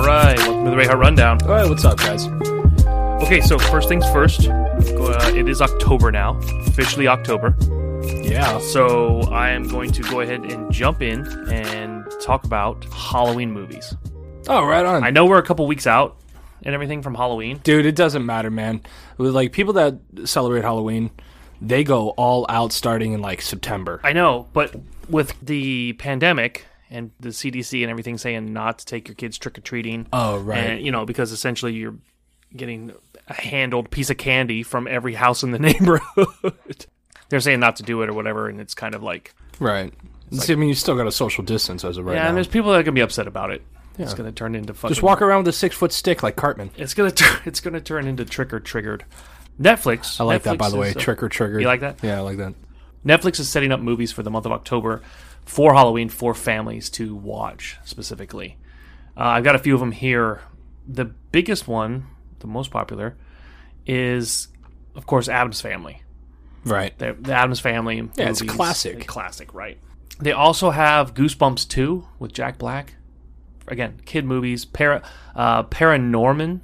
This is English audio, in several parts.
with Ray Hart Rundown. All right, what's up, guys? Okay, so first things first, uh, it is October now, officially October. Yeah. So I am going to go ahead and jump in and talk about Halloween movies. Oh, right on. I know we're a couple weeks out and everything from Halloween. Dude, it doesn't matter, man. With like people that celebrate Halloween, they go all out starting in like September. I know, but with the pandemic and the CDC and everything saying not to take your kids trick or treating. Oh, right. And, you know, because essentially you're getting a handled piece of candy from every house in the neighborhood. They're saying not to do it or whatever, and it's kind of like, Right. See, I mean, you still got a social distance as of right yeah, and now. there's people that are gonna be upset about it. It's gonna turn into fucking. Just walk around with a six foot stick like Cartman. It's gonna turn. It's gonna turn into trick or triggered. Netflix. I like that, by Netflix the way. is, uh, Trick or trigger. you like that? Yeah, I like that. Netflix is setting up movies for the month of October for Halloween for families to watch specifically. Uh, I've got a few of them here. The biggest one, the most popular, is of course Adam's Family. Right. The, the Adam's Family. Yeah, it's classic. a Classic, right? They also have Goosebumps Two with Jack Black. Again, kid movies. Para uh, Paranorman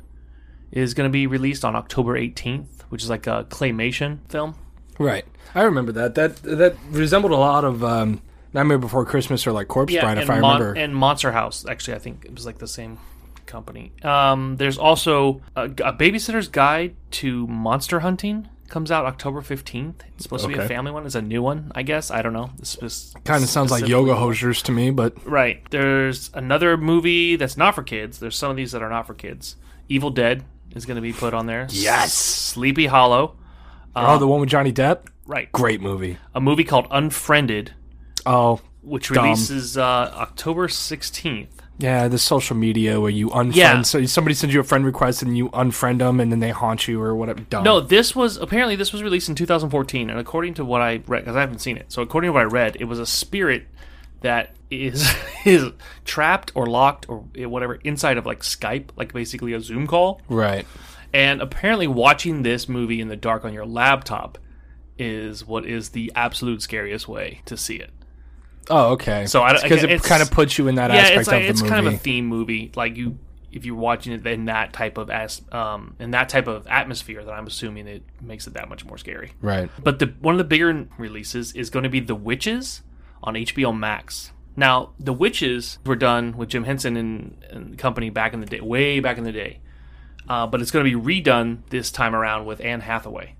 is going to be released on October 18th, which is like a claymation film. Right. I remember that. That that resembled a lot of um, Nightmare Before Christmas or like Corpse Bride, if and I Mon- remember. and Monster House. Actually, I think it was like the same company. Um, there's also a, a Babysitter's Guide to Monster Hunting comes out October 15th. It's supposed to be a Okay. family one. It's a new one, I guess. I don't know. This is kind of sounds like yoga hosers to me, but Right. There's another movie that's not for kids. There's some of these that are not for kids. Evil Dead is going to be put on there. Yes! Sleepy Hollow. oh, Uh-huh. the one with Johnny Depp, Right. great movie. A movie called Unfriended, Oh, which Dumb. releases uh, October 16th. yeah, the social media where you unfriend. Yeah. So somebody sends you a friend request and you unfriend them, and then they haunt you or whatever. Dumb. No, this was apparently this was released in 2014, and according to what I read, because I haven't seen it, so according to what I read, it was a spirit that is is trapped or locked or eh, whatever inside of like Skype, like basically a Zoom call. right. And apparently, watching this movie in the dark on your laptop is what is the absolute scariest way to see it. Oh, okay. So I don't- because it it's- kind of puts you in that Yeah, aspect it's like of the it's movie. kind of a theme movie. Like you, if you're watching it in that type of as um in that type of atmosphere, then I'm assuming it makes it that much more scary. right. But the one of the bigger releases is going to be The Witches on HBO Max. Now, The Witches were done with Jim Henson and, and company back in the day, way back in the day. Uh, but it's going to be redone this time around with Anne Hathaway.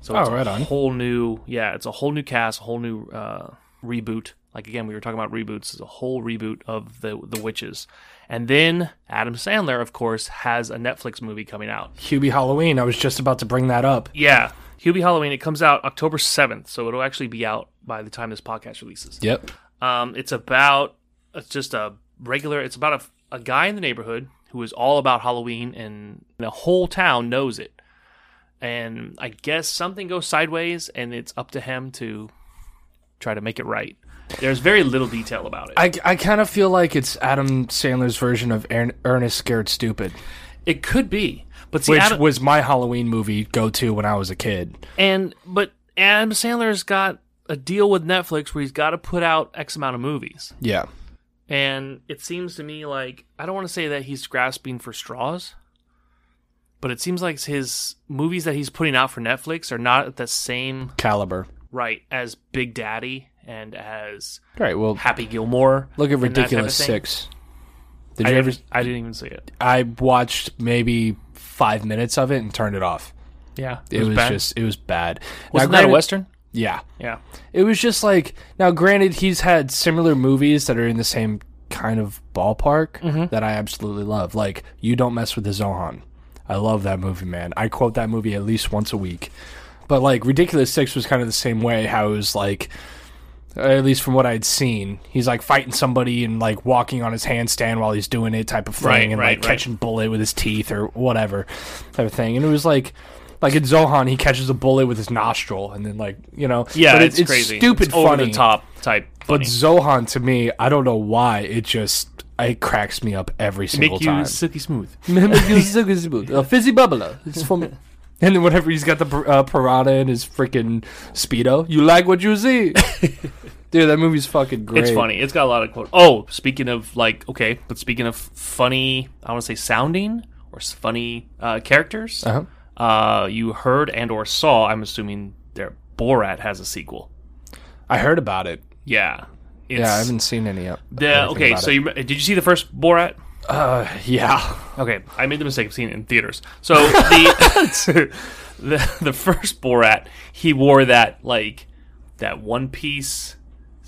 So Oh, it's right a on. whole new, yeah, it's a whole new cast, a whole new uh, reboot. Like again, we were talking about reboots. It's a whole reboot of the the witches, and then Adam Sandler, of course, has a Netflix movie coming out. Hubie Halloween. I was just about to bring that up. Yeah. Hubie Halloween, it comes out October 7th, so it'll actually be out by the time this podcast releases. Yep. Um, it's about, it's just a regular, it's about a, a guy in the neighborhood who is all about Halloween and the whole town knows it. And I guess something goes sideways and it's up to him to try to make it right. There's very little detail about it. I, I kind of feel like it's Adam Sandler's version of Ern- Ernest Scared Stupid, it could be, but see, which Adam, was my Halloween movie go to when I was a kid. and but Adam Sandler's got a deal with Netflix where he's got to put out X amount of movies. Yeah. And it seems to me like I don't want to say that he's grasping for straws, but it seems like his movies that he's putting out for Netflix are not at the same Caliber. right as Big Daddy and as All right. Well, Happy Gilmore. look at and that type of Ridiculous thing. Six. Did I you ever? didn't, I didn't even see it. I watched maybe five minutes of it and turned it off. Yeah, It was, bad. just. It was bad. wasn't Now, that a granted- western? Yeah. Yeah, It was just like now. Granted, he's had similar movies that are in the same kind of ballpark Mm-hmm. that I absolutely love. Like you don't mess with the Zohan. I love that movie, man. I quote that movie at least once a week. But like Ridiculous Six was kind of the same way. How it was like, at least from what I'd seen, he's like fighting somebody and like walking on his handstand while he's doing it, type of thing, Right, and right, like right. catching bullet with his teeth or whatever, type of thing. And it was like. Like in Zohan, he catches a bullet with his nostril, and then like you know, yeah, but it- it's, crazy. stupid It's funny. over the top type. But funny. Zohan to me, I don't know why it just it cracks me up every single make you time. silky smooth. Make you sick as smooth. A fizzy bubbler. It's for me. And then whenever he's got the pir- uh, piranha in his freaking speedo, you like what you see. Dude, that movie's fucking great. It's funny. It's got a lot of quote. Oh, speaking of like okay, but speaking of funny, I want to say sounding or s- funny uh, characters. Uh-huh. Uh, you heard and or saw. I'm assuming their Borat has a sequel. I heard about it. Yeah. It's, yeah, I haven't seen any of The, okay, so you, re- did you see the first Borat? uh, yeah. Okay, I made the mistake of seeing it in theaters. So the the, the first Borat, he wore that like that one piece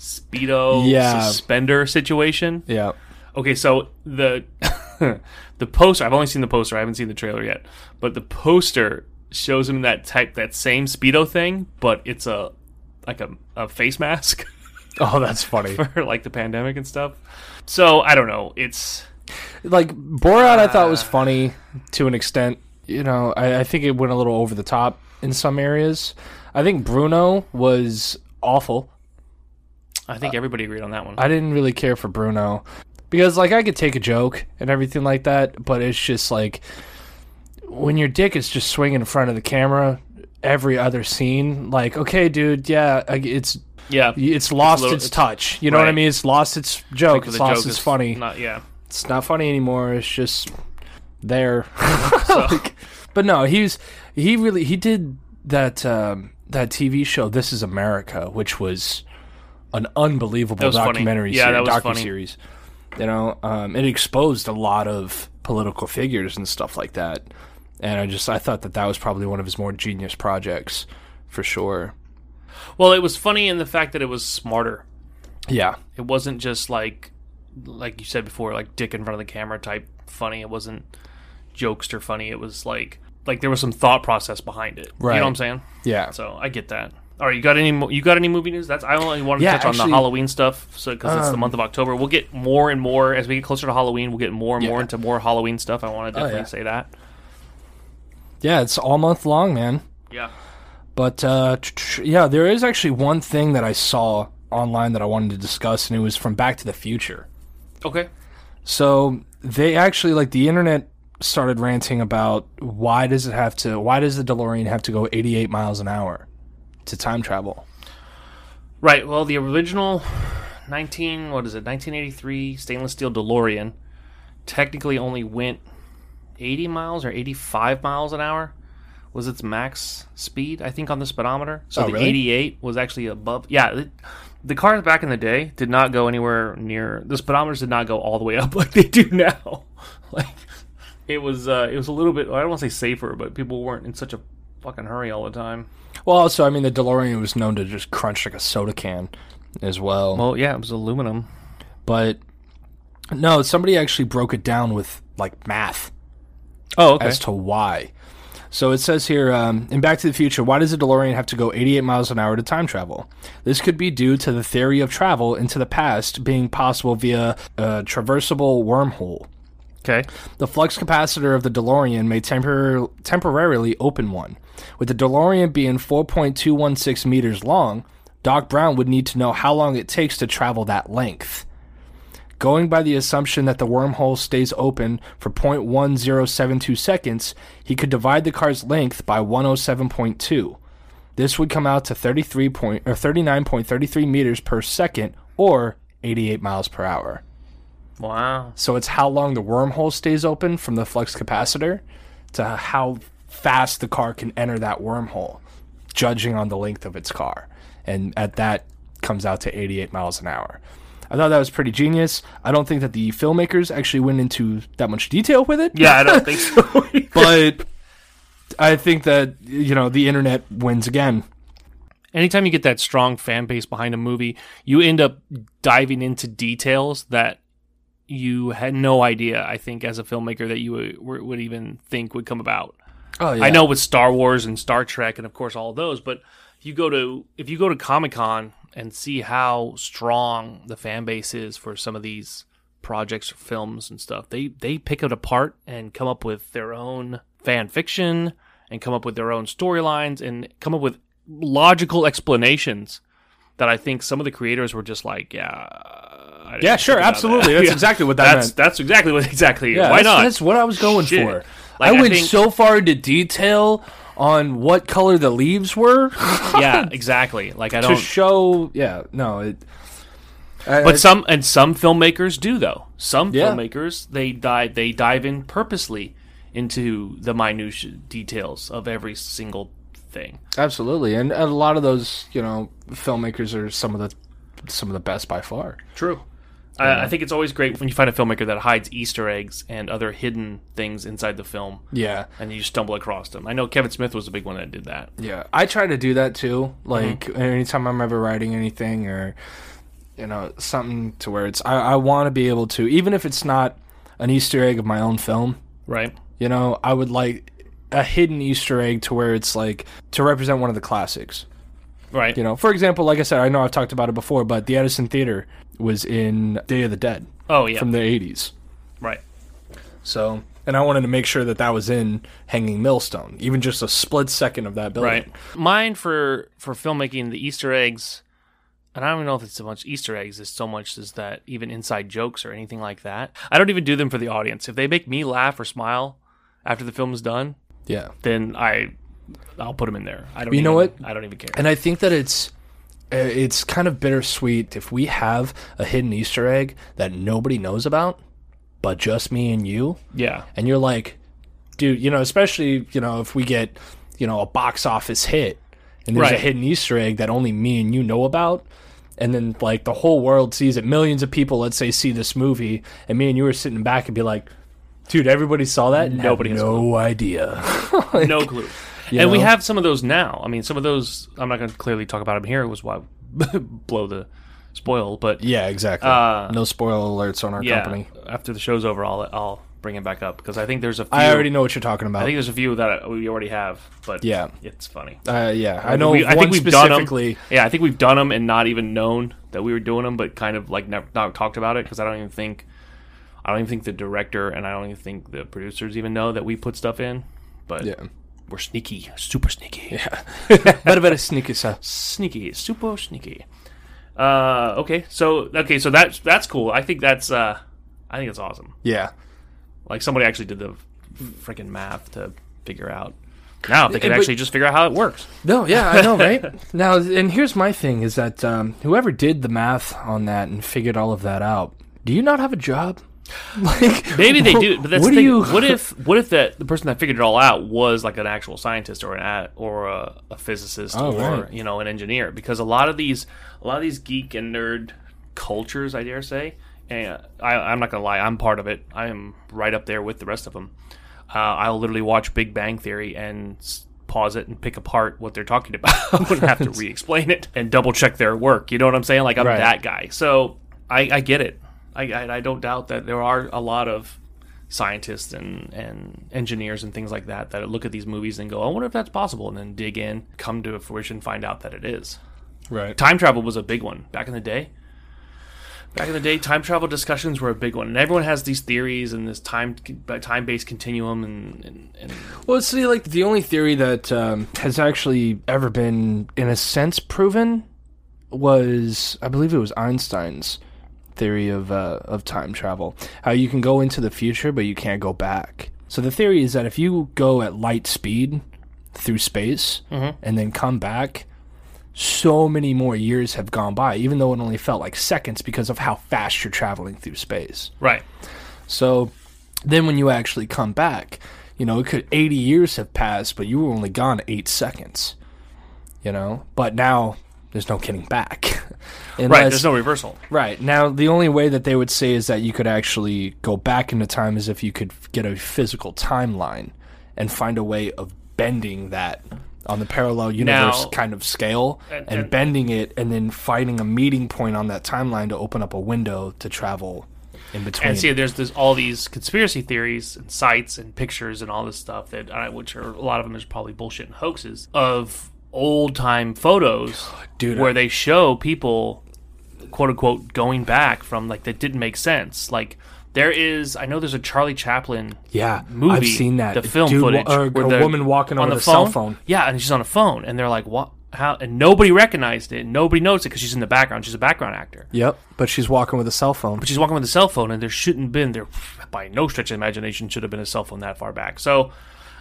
speedo Yeah. suspender situation. Yeah. Okay, so the the poster I've only seen the poster, I haven't seen the trailer yet. But the poster shows him that type that same speedo thing, but it's a like a, a face mask Oh, that's funny. for like the pandemic and stuff. So I don't know. It's like Borat, I thought was Uh. funny to an extent. You know, I, I think it went a little over the top in some areas. I think Bruno was awful. I think everybody agreed on that one. I didn't really care for Bruno because, like, I could take a joke and everything like that, but it's just like when your dick is just swinging in front of the camera every other scene. Like, okay, dude, yeah, I- it's yeah. it's lost its, little- it's- touch. You know what I right. mean? It's lost its joke. because It's the lost joke its is funny. Not yeah. it's not funny anymore. It's just there. So But no, he was he really he did that um, that TV show This Is America, which was an unbelievable was funny. documentary Yeah, that was funny. series. You know, um, it exposed a lot of political figures and stuff like that. And I just I thought that that was probably one of his more genius projects for sure. well, it was funny in the fact that it was smarter. Yeah. It wasn't just like like you said before, like dick in front of the camera type funny. It wasn't jokester funny. It was like like there was some thought process behind it. You Right. know what I'm saying? Yeah. So I get that. All right, you got any mo- you got any movie news? That's I only wanted Yeah, to touch on actually- Um, the Halloween stuff, so because it's the month of October, we'll get more and more as we get closer to Halloween. We'll get more and more Yeah. Oh, into more Halloween stuff. I want to definitely yeah. say that. Yeah, it's all month long, man. Yeah. But uh, tr- tr- yeah, there is actually one thing that I saw online that I wanted to discuss, and it was from Back to the Future. Okay. So they actually like the internet started ranting about why does it have to why does the DeLorean have to go 88 miles an hour to time travel? Right. Well, the original 19 what is it? 1983 stainless steel DeLorean technically only went 80 miles or 85 miles an hour was its max speed I think on the speedometer. So Oh, the really? 88 was actually above. Yeah, the, the cars back in the day did not go anywhere near the speedometers did not go all the way up like they do now. like it was uh, it was a little bit I don't want to say safer, but people weren't in such a fucking hurry all the time. Well, also I mean the DeLorean was known to just crunch like a soda can as well. Well, yeah, it was aluminum. But no, somebody actually broke it down with like math. Oh, okay. as to why. So it says here um, in Back to the Future, why does a DeLorean have to go 88 miles an hour to time travel? This could be due to the theory of travel into the past being possible via a traversable wormhole. okay. The flux capacitor of the DeLorean may tempor- temporarily open one. With the DeLorean being 4.216 meters long, Doc Brown would need to know how long it takes to travel that length. Going by the assumption that the wormhole stays open for 0.1072 seconds, he could divide the car's length by 107.2. This would come out to 33 point, or 39.33 meters per second or 88 miles per hour. Wow. So it's how long the wormhole stays open from the flux capacitor to how fast the car can enter that wormhole, judging on the length of its car. And at that comes out to 88 miles an hour. I thought that was pretty genius. I don't think that the filmmakers actually went into that much detail with it. Yeah, I don't think so. But I think that, you know, the internet wins again. Anytime you get that strong fan base behind a movie, you end up diving into details that you had no idea, I think, as a filmmaker, that you would, were- would even think would come about. Oh, yeah. I know with Star Wars and Star Trek and, of course, all those, but you go to, if you go to Comic Con and see how strong the fan base is for some of these projects or films and stuff, they, they pick it apart and come up with their own fan fiction and come up with their own storylines and come up with logical explanations that I think some of the creators were just like, yeah. I didn't Yeah, think sure. about that. Absolutely. That's Yeah. exactly what that that's meant. that's exactly what exactly. Yeah, Why that's, not? That's what I was going Shit. for. Like, I I went think- so far into detail on what color the leaves were yeah, exactly. Like I to don't. show. Yeah, no, it. I- But I- some and some filmmakers do though. Some Yeah. filmmakers they dive they dive in purposely into the minute details of every single thing. absolutely, and, and a lot of those, you know, filmmakers are some of the some of the best by far. True. I, I think it's always great when you find a filmmaker that hides Easter eggs and other hidden things inside the film, Yeah, and you stumble across them. I know Kevin Smith was a big one that did that. Yeah, I try to do that too. Mm-hmm. Like anytime I'm ever writing anything or you know something to where it's I, I want to be able to even if it's not an Easter egg of my own film. Right. You know, I would like a hidden Easter egg to where it's like to represent one of the classics. Right. You know, for example, like I said, I know I've talked about it before, but the Edison Theater was in Day of the Dead oh yeah. from the '80s. right. So, and I wanted to make sure that that was in Hanging Millstone, even just a split second of that building. Right. Mine for for filmmaking the Easter eggs, and I don't even know if it's so much Easter eggs as so much as that even inside jokes or anything like that. I don't even do them for the audience. If they make me laugh or smile after the film's done, Yeah. then I I'll put them in there. I don't. You know even- I don't even care. And I think that it's uh, it's kind of bittersweet if we have a hidden Easter egg that nobody knows about, but just me and you, yeah. and you're like, dude, you know, especially you know if we get you know a box office hit, and there's a Right. hidden Easter egg that only me and you know about. And then, like the whole world sees it, millions of people, let's say, see this movie, and me and you are sitting back and be like, "Dude, everybody saw that. and had Nobody has no idea." no clue. and we know? have some of those now. I mean, some of those. I'm not going to clearly talk about them here. Was why blow the spoil, but yeah, exactly. Uh, no spoiler alerts on our yeah. company. After the show's over, I'll I'll bring it back up because I think there's a. Few, I already know what you're talking about. I think there's a few that we already have, but Yeah. it's funny. Uh, yeah, I know. We- I I one think we've done specifically. them. Yeah, I think we've done them and not even known that we were doing them, but kind of like never, not talked about it because I don't even think, I don't even think the director and I don't even think the producers even know that we put stuff in. But we're sneaky, super sneaky, Yeah, better better sneak yourself. sneaky, super sneaky. Uh, okay, so okay, so that's that's cool. I think that's uh, I think it's awesome. Yeah, Like somebody actually did the freaking math to figure out. Now if they could but- actually just figure out how it works. no, yeah, I know, right? now, and here's my thing: is that um, whoever did the math on that and figured all of that out, do you not have a job? Like Maybe they wh- do, but that's what the do thing. you? What if what if that the person that figured it all out was like an actual scientist or an ad, or a, a physicist Oh, or right. you know an engineer? Because a lot of these a lot of these geek and nerd cultures, I dare say, and I, I'm not gonna lie, I'm part of it. I am right up there with the rest of them. Uh, I'll literally watch Big Bang Theory and s- pause it and pick apart what they're talking about and have to re-explain it and double check their work. You know what I'm saying? Like I'm Right. that guy. So I, I get it. I, I, I don't doubt that there are a lot of scientists and, and engineers and things like that that look at these movies and go, I wonder if that's possible, and then dig in, come to fruition, find out that it is. Right. Time travel was a big one back in the day. Back in the day, time travel discussions were a big one, and everyone has these theories and this time time based continuum and, and, and Well, see, like the only theory that um, has actually ever been, in a sense, proven was, I believe it was Einstein's theory of uh, of time travel. How you can go into the future, but you can't go back. So the theory is that if you go at light speed through space and then come back, so many more years have gone by, even though it only felt like seconds because of how fast you're traveling through space. right. So then when you actually come back, you know, it could 80 years have passed, but you were only gone eight seconds, you know? But now there's no getting back. Right, Unless- there's no reversal. right. Now, the only way that they would say is that you could actually go back into time is if you could get a physical timeline and find a way of bending that on the parallel universe Now- uh, kind of scale and, and- bending it and then finding a meeting point on that timeline to open up a window to travel in between. and see there's this, all these conspiracy theories and sites and pictures and all this stuff that I, which are a lot of them is probably bullshit and hoaxes of old time photos Dude, where I- they show people quote unquote going back from like that didn't make sense like there is I know there's a Charlie Chaplin Yeah, movie I've seen that. the A film dude wa- footage or where a the- woman walking on over the the cell phone. yeah and she's on a phone and they're like what how and nobody recognized it nobody noticed it because she's in the background she's a background actor Yep, but she's walking with a cell phone. but she's walking with a cell phone, and there shouldn't been there by no stretch of imagination should have been a cell phone that far back. So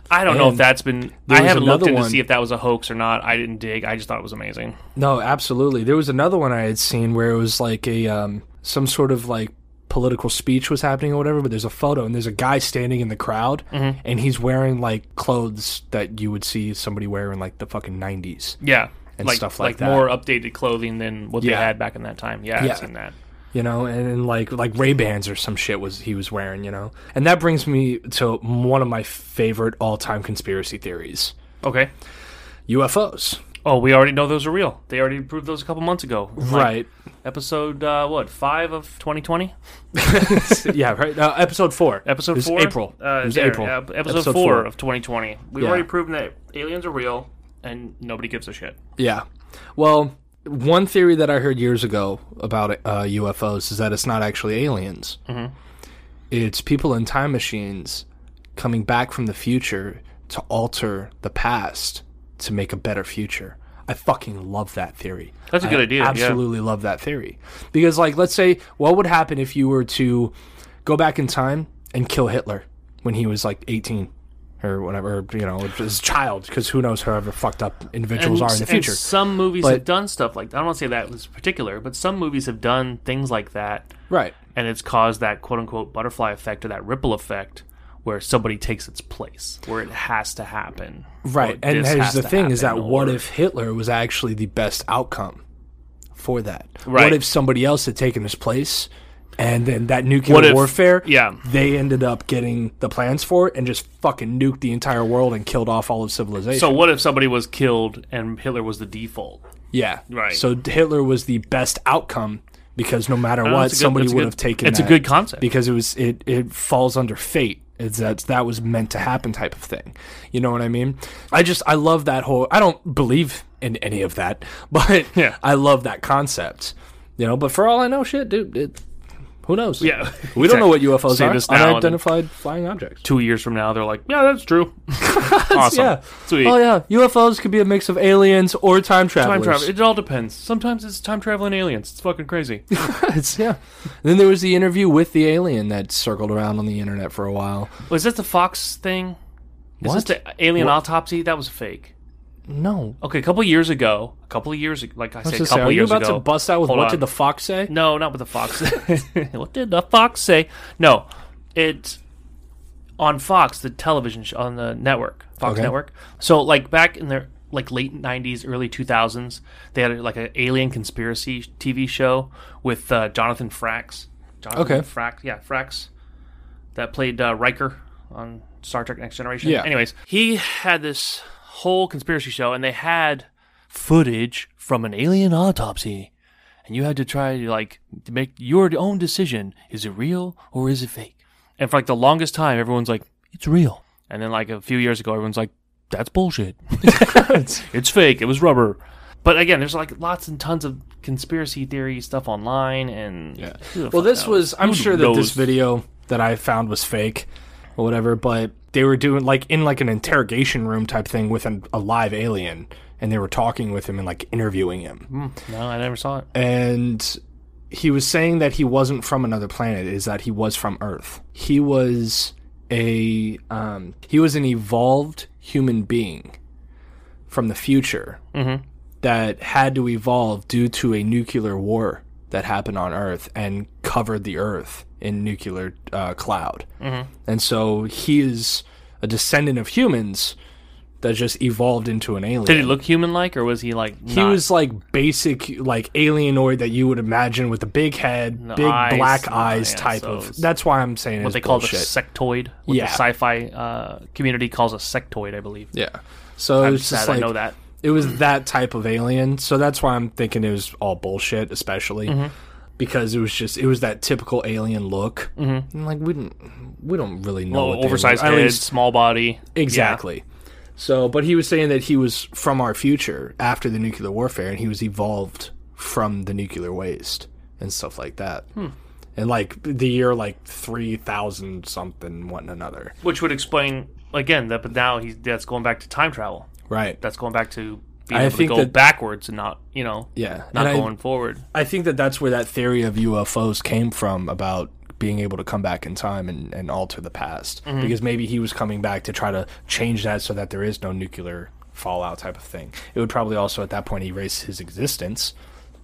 I don't know if And that's been. there I was haven't looked another in to one- see if that was a hoax or not. I didn't dig. I just thought it was amazing. No, absolutely. There was another one I had seen where it was like a um, some sort of like political speech was happening or whatever, but there's a photo and there's a guy standing in the crowd Mm-hmm. and he's wearing like clothes that you would see somebody wear in like the fucking 90s. Yeah, And like, stuff like that. more updated clothing than what they Yeah. had back in that time. Yeah, Yeah. I've seen that. you know, and, and like like Ray Bans or some shit was he was wearing, you know. And that brings me to one of my favorite all time conspiracy theories: Okay. UFOs. Oh, we already know those are real. They already proved those a couple months ago. Like, Right. episode uh, what five of 2020? yeah. Right. Uh, episode four. Episode It was four. April. Uh, it was there, April. yeah, episode, four, four. of 2020. We've Yeah. already proven that aliens are real, and nobody gives a shit. Yeah. Well, one theory that I heard years ago about uh, UFOs is that it's not actually aliens. Mm-hmm. It's people in time machines coming back from the future to alter the past to make a better future. I fucking love that theory. That's a I good idea, yeah. Absolutely love that theory. Because like let's say what would happen if you were to go back in time and kill Hitler when he was like 18 or whatever, or, you know, as a child because who knows however fucked up individuals are in the and future. some movies But- have done stuff like that. I don't want to say that was particular, but some movies have done things like that, Right. and it's caused that quote unquote butterfly effect or that ripple effect where somebody takes its place, where it has to happen. Right. Or And this here's has the to thing is that happen, what or- if Hitler was actually the best outcome for that? Right. What if somebody else had taken his place and then that nuclear What if- warfare, yeah. they ended up getting the plans for it and just fucking nuked the entire world and killed off all of civilization. So what if somebody was killed and Hitler was the default? yeah. Right. So Hitler was the best outcome because no matter know, what, it's Oh, a good- somebody it's a would good- have taken it's a that good concept. Because it was it, it falls under fate. It's that that was meant to happen type of thing. You know what I mean? I just I love that whole I don't believe in any of that, but Yeah. I love that concept. You know, but for all I know, shit, dude, it, who knows? Yeah. We don't know what UFOs Say are. this now and- unidentified flying objects. Two years from now, they're like, yeah, that's true. awesome. Yeah. Sweet. Oh yeah, UFOs could be a mix of aliens or time Time travelers. travel. It all depends. Sometimes it's time traveling aliens. It's fucking crazy. It's- yeah. Then there was the interview with the alien that circled around on the internet for a while. Was this the Fox thing? Is What? this the alien autopsy? That was fake. No. Okay, a couple years ago, a couple of years, like I I say, was a gonna say, couple are you years about ago. to bust out with Hold what on. did the fox say? No, not with the fox. what did the fox say? No, it on Fox, the television sh- on the network, Fox Okay. Network. So like back in the like late '90s, early 2000s, they had like an alien conspiracy TV show with uh, Jonathan Frakes. Jonathan Okay. Frakes, yeah, Frakes, that played uh, Riker on Star Trek Next Generation. Yeah. Anyways, he had this whole conspiracy show, and they had footage from an alien autopsy and you had to try to like to make your own decision is it real or is it fake and for like the longest time everyone's like it's real and then like a few years ago everyone's like that's bullshit it's fake it was rubber but again there's like lots and tons of conspiracy theory stuff online and Who the Well, fuck this knows? was. I'm Who sure that this knows? video that I found was fake or whatever, but they were doing like in like an interrogation room type thing with an, a live alien, and they were talking with him and like interviewing him. no i never saw it and he was saying that he wasn't from another planet is that he was from earth he was a um, he was an evolved human being from the future Mm-hmm. that had to evolve due to a nuclear war that happened on earth and covered the earth in nuclear uh, cloud Mm-hmm. and so he is a descendant of humans that just evolved into an alien did he look human like or was he like he was like basic, like alienoid that you would imagine with a big head, big eyes, black yeah, eyes Oh, yeah, type so of. it's- That's why I'm saying what it's they call the bullshit. sectoid what Yeah. the sci-fi uh, community calls a sectoid i believe yeah. So i'm it's just sad like i know that it was that type of alien. So that's why I'm thinking it was all bullshit, especially Mm-hmm. because it was just it was that typical alien look. Mm-hmm. And like we didn't we don't really know what they oversized look- head at least small body Yeah. Exactly. So, but he was saying that he was from our future after the nuclear warfare, and he was evolved from the nuclear waste and stuff like that. Hmm. And like the year like three thousand something, one another. Which would explain again that, but now he's that's going back to time travel. Right. That's going back to being I able to think go that- backwards and not you know yeah. not and I- going forward. I think that that's where that theory of UFOs came from about being able to come back in time and, and alter the past Mm-hmm. because maybe he was coming back to try to change that so that there is no nuclear fallout type of thing. It would probably also at that point erase his existence,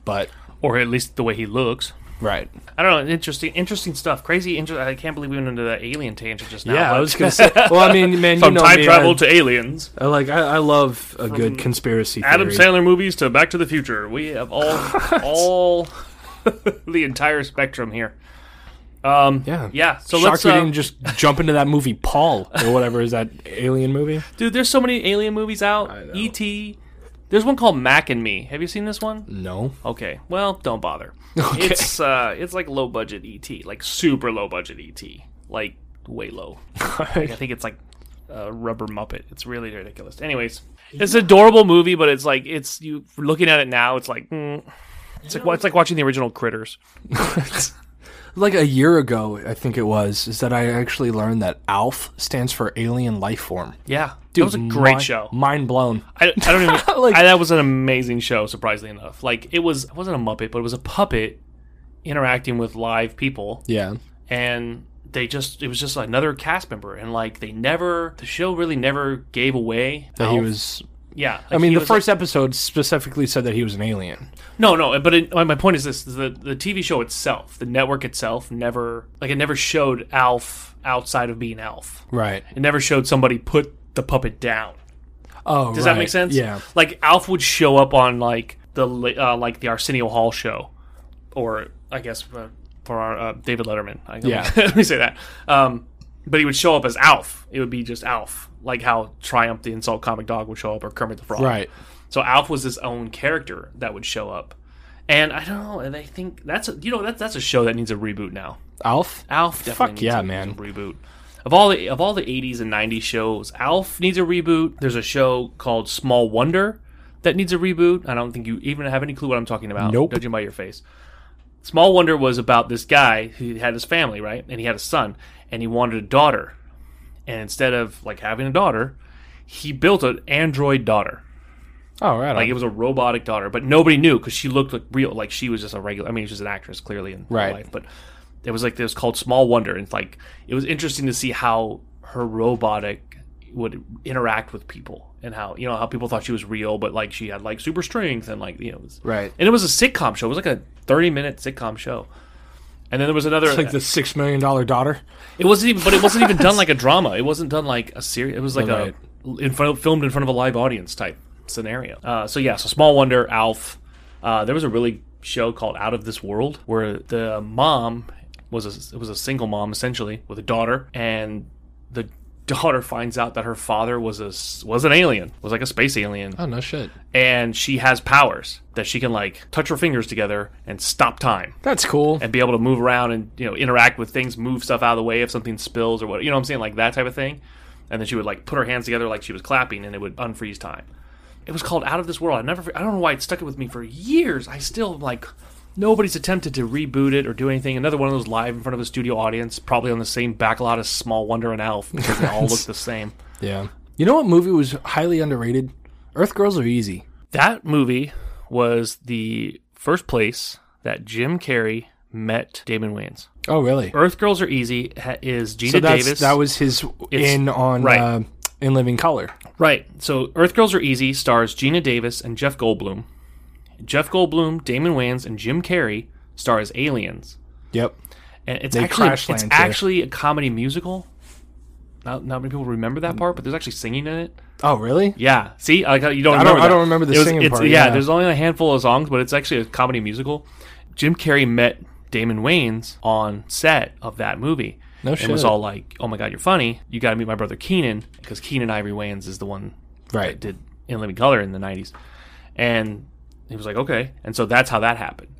but or at least the way he looks. right. I don't know. Interesting, interesting stuff. Crazy. Inter- I can't believe we went into that alien tangent just now. Yeah, I but- was gonna say. Well, I mean, man, from you know time me, travel man. to aliens, I like I, I love a good conspiracy. Theory. Adam Sandler movies to Back to the Future. We have all all the entire spectrum here. Um, Yeah. yeah. So Shocked let's we uh, didn't just jump into that movie Paul or whatever is that alien movie? dude. There's so many alien movies out. know. E.T. There's one called Mac and Me. Have you seen this one? No. Okay. Well, don't bother. Okay. It's uh it's like low budget ET, like super low budget ET. Like way low. Like, I think it's like a rubber muppet. It's really ridiculous. Anyways, it's an adorable movie, but it's like it's you looking at it now, it's like mm, it's like it's like watching the original Critters. like a year ago, I think it was, is that I actually learned that ALF stands for alien life form. Yeah. Dude, it was a great Mi- show. Mind blown. I, I don't even Like- I, that was an amazing show surprisingly enough. Like it was it wasn't a muppet, but it was a puppet interacting with live people. Yeah. and they just it was just another cast member and like they never the show really never gave away That he how- was. yeah I like, mean, he the was first episode specifically said that he was an alien. like- no no but it, my my point is this is the the TV show itself the network itself never like it never showed Alf outside of being Alf Right. it never showed somebody put the puppet down Oh, does that make sense Yeah. like Alf would show up on like the la- uh, like the Arsenio Hall show or I guess uh, for our uh, David Letterman I Yeah. let me say that. Um, but he would show up as Alf. It would be just Alf, like how Triumph the Insult Comic Dog would show up, or Kermit the Frog. Right. So Alf was his own character that would show up, and I don't know. And I think that's a, you know that's that's a show that needs a reboot now. ALF? Alf definitely Fuck needs yeah, a, man. needs a reboot. Of all the of all the 80s and 90s shows, Alf needs a reboot. There's a show called Small Wonder that needs a reboot. I don't think you even have any clue what I'm talking about. Nope. Judging by your face. Small Wonder was about this guy who had his family, right? And he had a son and he wanted a daughter. And instead of like having a daughter, he built an android daughter. Oh, right. Like it on. was a robotic daughter, but nobody knew because she looked like real. Like she was just a regular. I mean, she's an actress clearly in real Right. life, but it was like this called Small Wonder, and it's like it was interesting to see how her robotic would interact with people and how you know how people thought she was real, but like she had like super strength and like you know. It was, Right. And it was a sitcom show. It was like a thirty-minute sitcom show. And then there was another. Like the $6 million daughter? It wasn't even, but it wasn't even done like a drama. It wasn't done like a series. It was like Right. a in front of, filmed in front of a live audience type scenario. Uh, so yeah, so Small Wonder, Alf. Uh, there was a really show called Out of This World where the mom was a, it was a single mom essentially with a daughter, and the daughter finds out that her father was a s- was an alien, was like a space alien, Oh, no shit. and she has powers that she can like touch her fingers together and stop time That's cool. and be able to move around and you know interact with things, move stuff out of the way if something spills or what you know what I'm saying, like that type of thing. And then she would like put her hands together like she was clapping, and it would unfreeze time. It was called Out of This World. I never, I don't know why it stuck with me for years. I still like nobody's attempted to reboot it or do anything. Another one of those live in front of a studio audience, probably on the same backlot as Small Wonder and Alf because they all look the same. Yeah. You know what movie was highly underrated? Earth Girls Are Easy. That movie was the first place that Jim Carrey met Damon Wayans. Oh, really? Earth Girls Are Easy ha- is Gina So that's, Davis. that was his in on right. uh, In Living Color. Right. So Earth Girls Are Easy stars Gina Davis and Jeff Goldblum. Jeff Goldblum, Damon Wayans, and Jim Carrey star as aliens. Yep. And it's They actually crash it's land too. actually a comedy musical. Not, not many people remember that part, but there's actually singing in it. Oh, really? Yeah. See, I, you don't. I don't- remember I don't that. remember the It was- singing it's, part, Yeah, yeah. There's only a handful of songs, but it's actually a comedy musical. Jim Carrey met Damon Wayans on set of that movie. No and shit. was all like, "Oh my god, you're funny. You got to meet my brother Keenan because Keenan Ivory Wayans is the one Right. did In Living Color in the '90s." And he was like, "Okay," and so that's how that happened.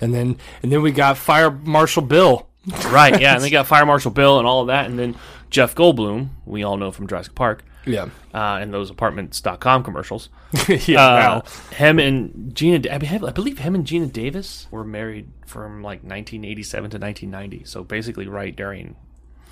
And then and then we got Fire Marshal Bill. Right? Yeah. and they got Fire Marshal Bill and all of that, and then Jeff Goldblum, we all know from Jurassic Park. Yeah. Uh, and those apartments.com commercials. yeah. Uh, wow. him and Gina, I, mean, I believe him and Gina Davis were married from like 1987 to 1990. So basically, right during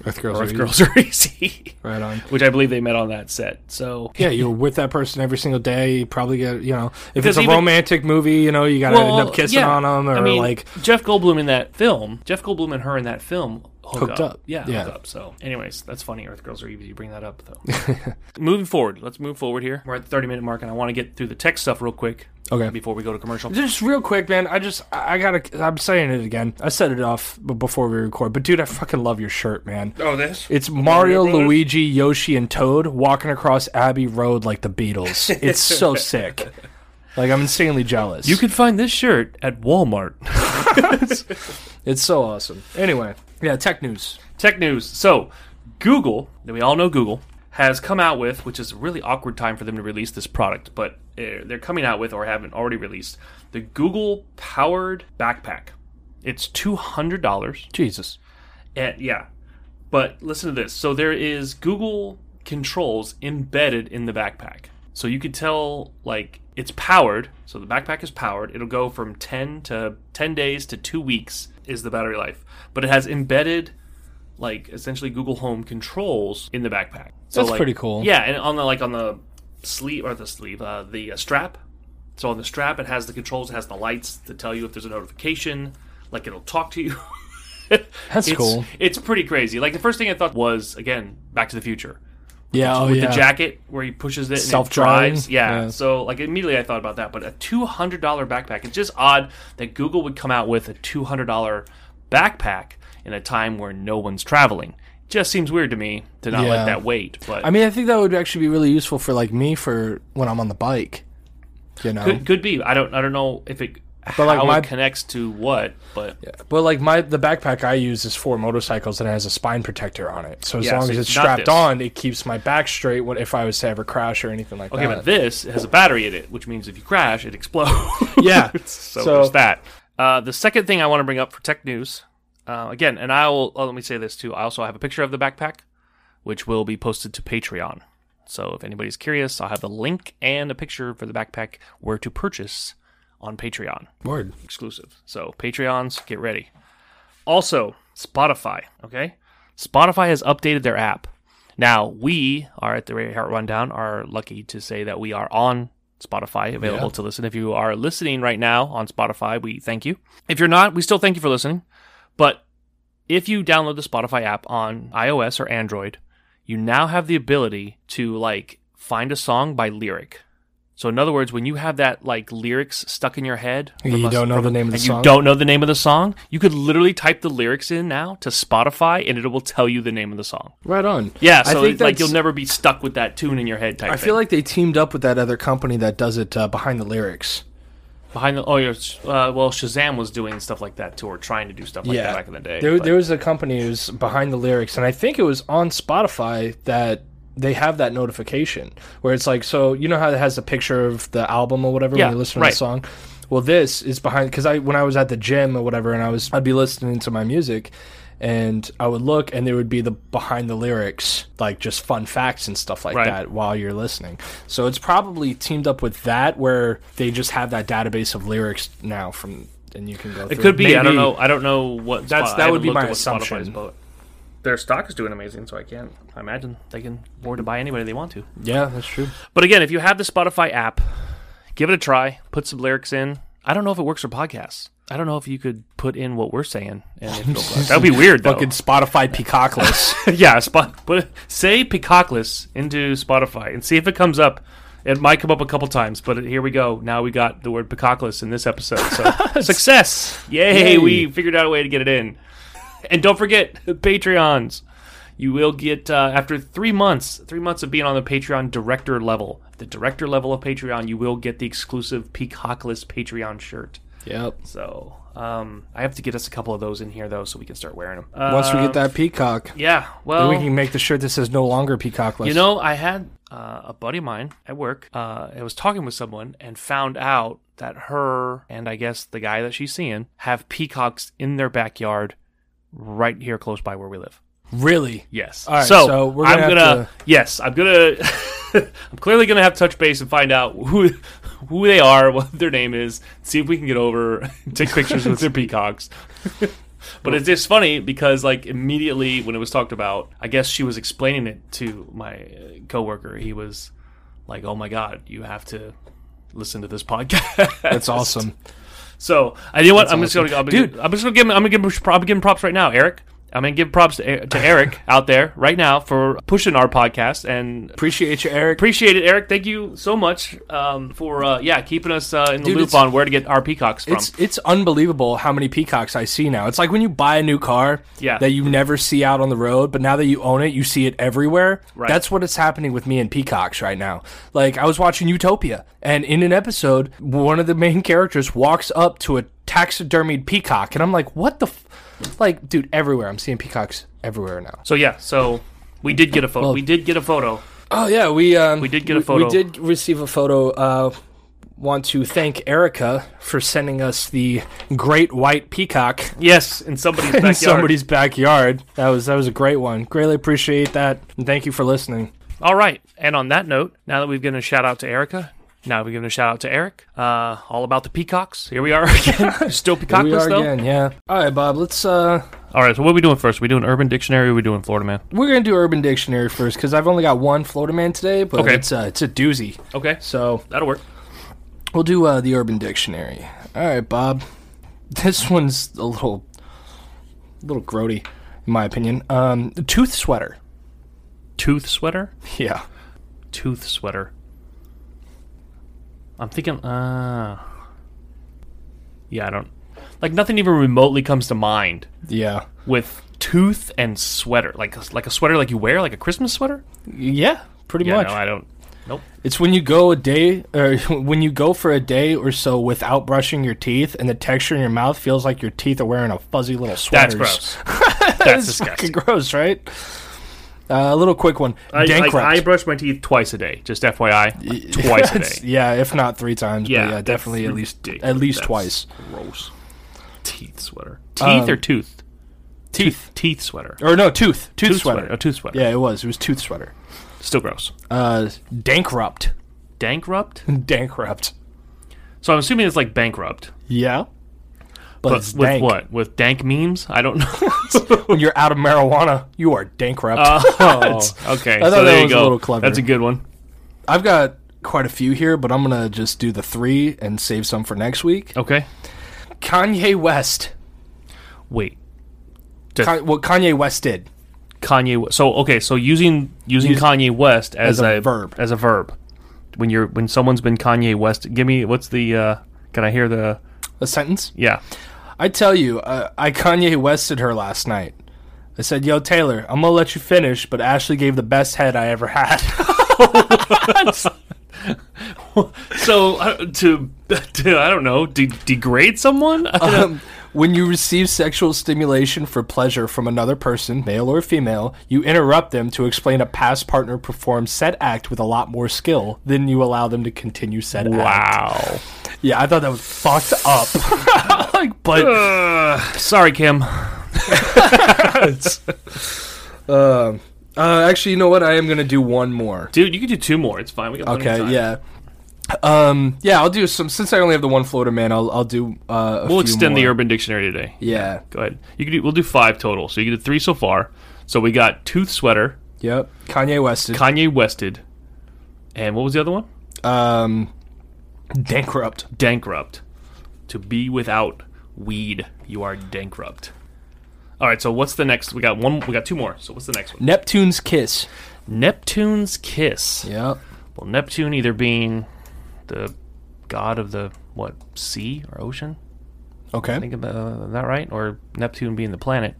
Earth Girls. Earth are Girls Are Easy, easy. Right on. which I believe they met on that set. So Yeah, you're with that person every single day. You probably get, you know, if Because it's a even- romantic movie, you know, you got to Well, end up kissing yeah. on 'em on them or I mean, like, Jeff Goldblum in that film, Jeff Goldblum and her in that film hook Hooked up. up. Yeah, Yeah. hook up. So, anyways, that's funny. Earth Girls are easy. You bring that up though. Moving forward, let's move forward here. We're at the thirty minute mark, and I want to get through the tech stuff real quick okay. before we go to commercial. Just real quick, man. I just, I I gotta, I'm saying it again. I said it off b- before we record, but dude, I fucking love your shirt, man. Oh, this. It's Mario, Brothers? Luigi, Yoshi, and Toad walking across Abbey Road like the Beatles. It's so sick. Like I'm insanely jealous. You can find this shirt at Walmart. It's so awesome. Anyway, yeah, tech news. Tech news. So, Google, that we all know Google, has come out with, which is a really awkward time for them to release this product, but uh, they're coming out with or haven't already released the Google powered backpack. It's $200. Jesus. And yeah. But listen to this. So there is Google controls embedded in the backpack. So you could tell like it's powered. So the backpack is powered. It'll go from 10 to 10 days to 2 weeks is the battery life. But it has embedded like essentially Google Home controls in the backpack. So That's like- pretty cool. Yeah, and on the like on the sleeve or the sleeve, uh, the uh, strap. So on the strap it has the controls, it has the lights to tell you if there's a notification, like it'll talk to you. That's it's, cool. It's pretty crazy. Like the first thing I thought was again Back to the Future Yeah. Oh with yeah. the jacket where he pushes it and self Self-drying? drives. Yeah. Yeah. So like immediately I thought about that, but a two hundred dollar backpack. It's just odd that Google would come out with a two hundred dollar backpack in a time where no one's traveling. Just seems weird to me to not Yeah. let that wait. But I mean, I think that would actually be really useful for like me for when I'm on the bike. You know. could, could be. I don't. I don't know if it. But, like, how my- it connects to what, but But like my the backpack I use is for motorcycles and it has a spine protector on it. So as Yeah, long so as it's not strapped this. on, it keeps my back straight. What if I was to ever crash or anything like okay, that? but this has a battery in it, which means if you crash, it explodes. yeah. So, So- there's that. Uh, the second thing I want to bring up for tech news, uh, again, and I will oh, let me say this too. I also have a picture of the backpack, which will be posted to Patreon. So if anybody's curious, I'll have the link and a picture for the backpack where to purchase on Patreon Word. exclusive. So Patreons, get ready. Also, Spotify. Okay, Spotify has updated their app. Now we are at the Radio Heart Rundown are lucky to say that we are on Spotify, available to listen. If you are listening right now on Spotify, we thank you. If you're not, we still thank you for listening. But if you download the Spotify app on iOS or Android, you now have the ability to like find a song by lyric. So in other words, when you have that like lyrics stuck in your head, from You a- don't know the name of the and song. you don't know the name of the song, you could literally type the lyrics in now to Spotify, and it will tell you the name of the song. Right on. Yeah, so I think it- like that's- you'll never be stuck with that tune in your head. Type. I feel like they teamed up with that other company that does it uh, behind the lyrics. behind the oh, yeah, sh- uh, well, Shazam was doing stuff like that too, or trying to do stuff like that back in the day. There, but- there was a company who's behind the lyrics, and I think it was on Spotify that they have that notification where it's like, so you know how it has the picture of the album or whatever Yeah, when you listen to right. the song. Well, this is behind because I when I was at the gym or whatever, and I was I'd be listening to my music. And I would look, and there would be the behind the lyrics, like just fun facts and stuff like Right. that, while you're listening. So it's probably teamed up with that, where they just have that database of lyrics now from, and you can go. It could be. I don't know. I don't know what. That's- Spot- that I would haven't be looked my at what Spotify's assumption. about. Their stock is doing amazing, so I can't. I imagine they can afford to buy anybody they want to. Yeah, that's true. But again, if you have the Spotify app, give it a try. Put some lyrics in. I don't know if it works for podcasts. I don't know if you could put in what we're saying. And if it'll- that'd be weird, though. Fucking Spotify peacockless. yeah, spot, put it- say Picockless into Spotify and see if it comes up. It might come up a couple times, but here we go. Now we got the word Picockless in this episode. So success! Yay, Yay. We figured out a way to get it in. And don't forget Patreons. You will get uh, after three months, three months of being on the Patreon director level, the director level of Patreon. You will get the exclusive Peacockless Patreon shirt. yep. So um, I have to get us a couple of those in here though, so we can start wearing them. Once we get that peacock, yeah, well, then we can make the shirt that says no longer peacockless. you know, I had uh, a buddy of mine at work. Uh, I was talking with someone and found out that her and I guess the guy that she's seeing have peacocks in their backyard right here close by where we live. really? Yes. All right, so, so we're I'm gonna have gonna to- yes, I'm gonna I'm clearly gonna have to touch base and find out who who they are, what their name is, see if we can get over, take pictures with their peacocks. But it's just funny because like immediately when it was talked about, I guess she was explaining it to my uh, coworker. He was like, "Oh my god, you have to listen to this podcast." That's awesome. So I you know what I'm just gonna, awesome. I'm gonna- Dude. I'm just gonna give him. I'm gonna give him, prob- give him props right now, Eric. I'm gonna give props to, E- to Eric out there right now for pushing our podcast and Appreciate you, Eric. appreciate it, Eric. Thank you so much um, for uh, yeah keeping us uh, in the Dude, loop it's- on where to get our peacocks from. It's it's unbelievable how many peacocks I see now. It's like when you buy a new car Yeah. that you never see out on the road, but now that you own it, you see it everywhere. Right. That's what is happening with me and peacocks right now. Like I was watching Utopia, and in an episode, one of the main characters walks up to a taxidermied peacock, and I'm like, what the, f-? like, dude, everywhere. I'm seeing peacocks everywhere now. So yeah, so we did get a photo. we did get a photo. Oh yeah, we um, we did get a We photo. did receive a photo. Uh, want to thank Erica for sending us the great white peacock Yes, in somebody's backyard. in somebody's backyard. That was that was a great one. Greatly appreciate that, and thank you for listening. All right. And on that note, now that we've given a shout out to Erica, now we've given a shout out to Eric. Uh, all about the peacocks. Here we are again. Still Here we peacockless are though. again, yeah. All right, Bob. Let's uh, All right. So what are we doing first? Are we doing Urban Dictionary? Or are we doing Florida Man? we're gonna do Urban Dictionary first because I've only got one Florida man today, but Okay. it's uh, it's a doozy. Okay, So that'll work. We'll do uh, the Urban Dictionary. All right, Bob. This one's a little, little grody, in my opinion. Um, tooth sweater. Tooth sweater. Yeah. Tooth sweater. I'm thinking. Uh, yeah, I don't. Like nothing even remotely comes to mind Yeah. with tooth and sweater. Like like a sweater like you wear like a Christmas sweater. Yeah. Pretty Yeah, much. no, I don't. Nope. it's when you go a day, or when you go for a day or so without brushing your teeth, and the texture in your mouth feels like your teeth are wearing a fuzzy little sweater. That's gross. That's Fucking disgusting. gross, right? Uh, a little quick one. I, Dankrupt. I, I brush my teeth twice a day. Just FYI, twice a It's- day. yeah, if not three times. Yeah, but yeah that's definitely at least ridiculous. at least That's twice. Um, Gross. Teeth sweater. Teeth or tooth? Teeth. Teeth sweater. Or no, tooth. Tooth, Tooth sweater. sweater. A tooth sweater. Yeah, it was. It was tooth sweater. Still gross. Uh, dankrupt. Dankrupt. dankrupt. So I'm assuming it's like bankrupt, Yeah. But, but it's with dank. what? With dank memes? I don't know. When you're out of marijuana, you are dankrupt. oh, okay. thought so that there you was a go. little clever. That's a good one. I've got quite a few here, but I'm gonna just do the three and save some for next week. Okay. Oh. Kanye West. Wait. Con- what Kanye West did. Kanye. So okay, so using using Kanye West as, as a a, verb. as a verb. When you're when someone's been Kanye West, give me what's the uh can I hear the A sentence. yeah. I tell you, uh, I Kanye Wested her last night. I said, "Yo, Taylor, I'm gonna let you finish, but Ashley gave the best head I ever had." So uh, to, to I don't know, de- degrade someone? Um, when you receive sexual stimulation for pleasure from another person, male or female, you interrupt them to explain a past partner performed said act with a lot more skill than you allow them to continue said act. wow. Yeah, I thought that was fucked up. like, but Uh, sorry, Kim. um, uh, actually, you know what? I am gonna do one more. Dude, you can do two more. It's fine. We got plenty of Okay, time. yeah. Um, yeah, I'll do some. Since I only have the one Florida man, I'll I'll do. Uh, a We'll few extend the more. Urban Dictionary today. Yeah. Go ahead. You can do, we'll do five total. So you can do three so far. So we got tooth sweater, Yep. Kanye West. Kanye Wested, and what was the other one? um, bankrupt. Dankrupt. To be without weed, you are dankrupt. All right. So what's the next? We got one. We got two more. So what's the next one? Neptune's kiss. Neptune's kiss. Yep. Well, Neptune either being the god of the what sea or ocean, Okay. think about uh, that right, or Neptune being the planet.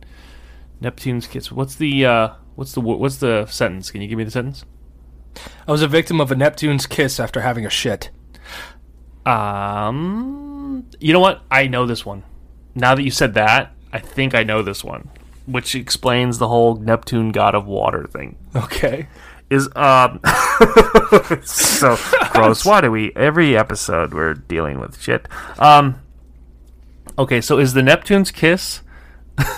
Neptune's kiss. What's the uh, what's the wo- what's the sentence? Can you give me the sentence? I was a victim of a Neptune's kiss after having a shit. Um, you know what? I know this one. Now that you said that, I think I know this one, which explains the whole Neptune god of water thing. Okay. is um so gross. Why do we every episode we're dealing with shit? Um okay, so is the Neptune's kiss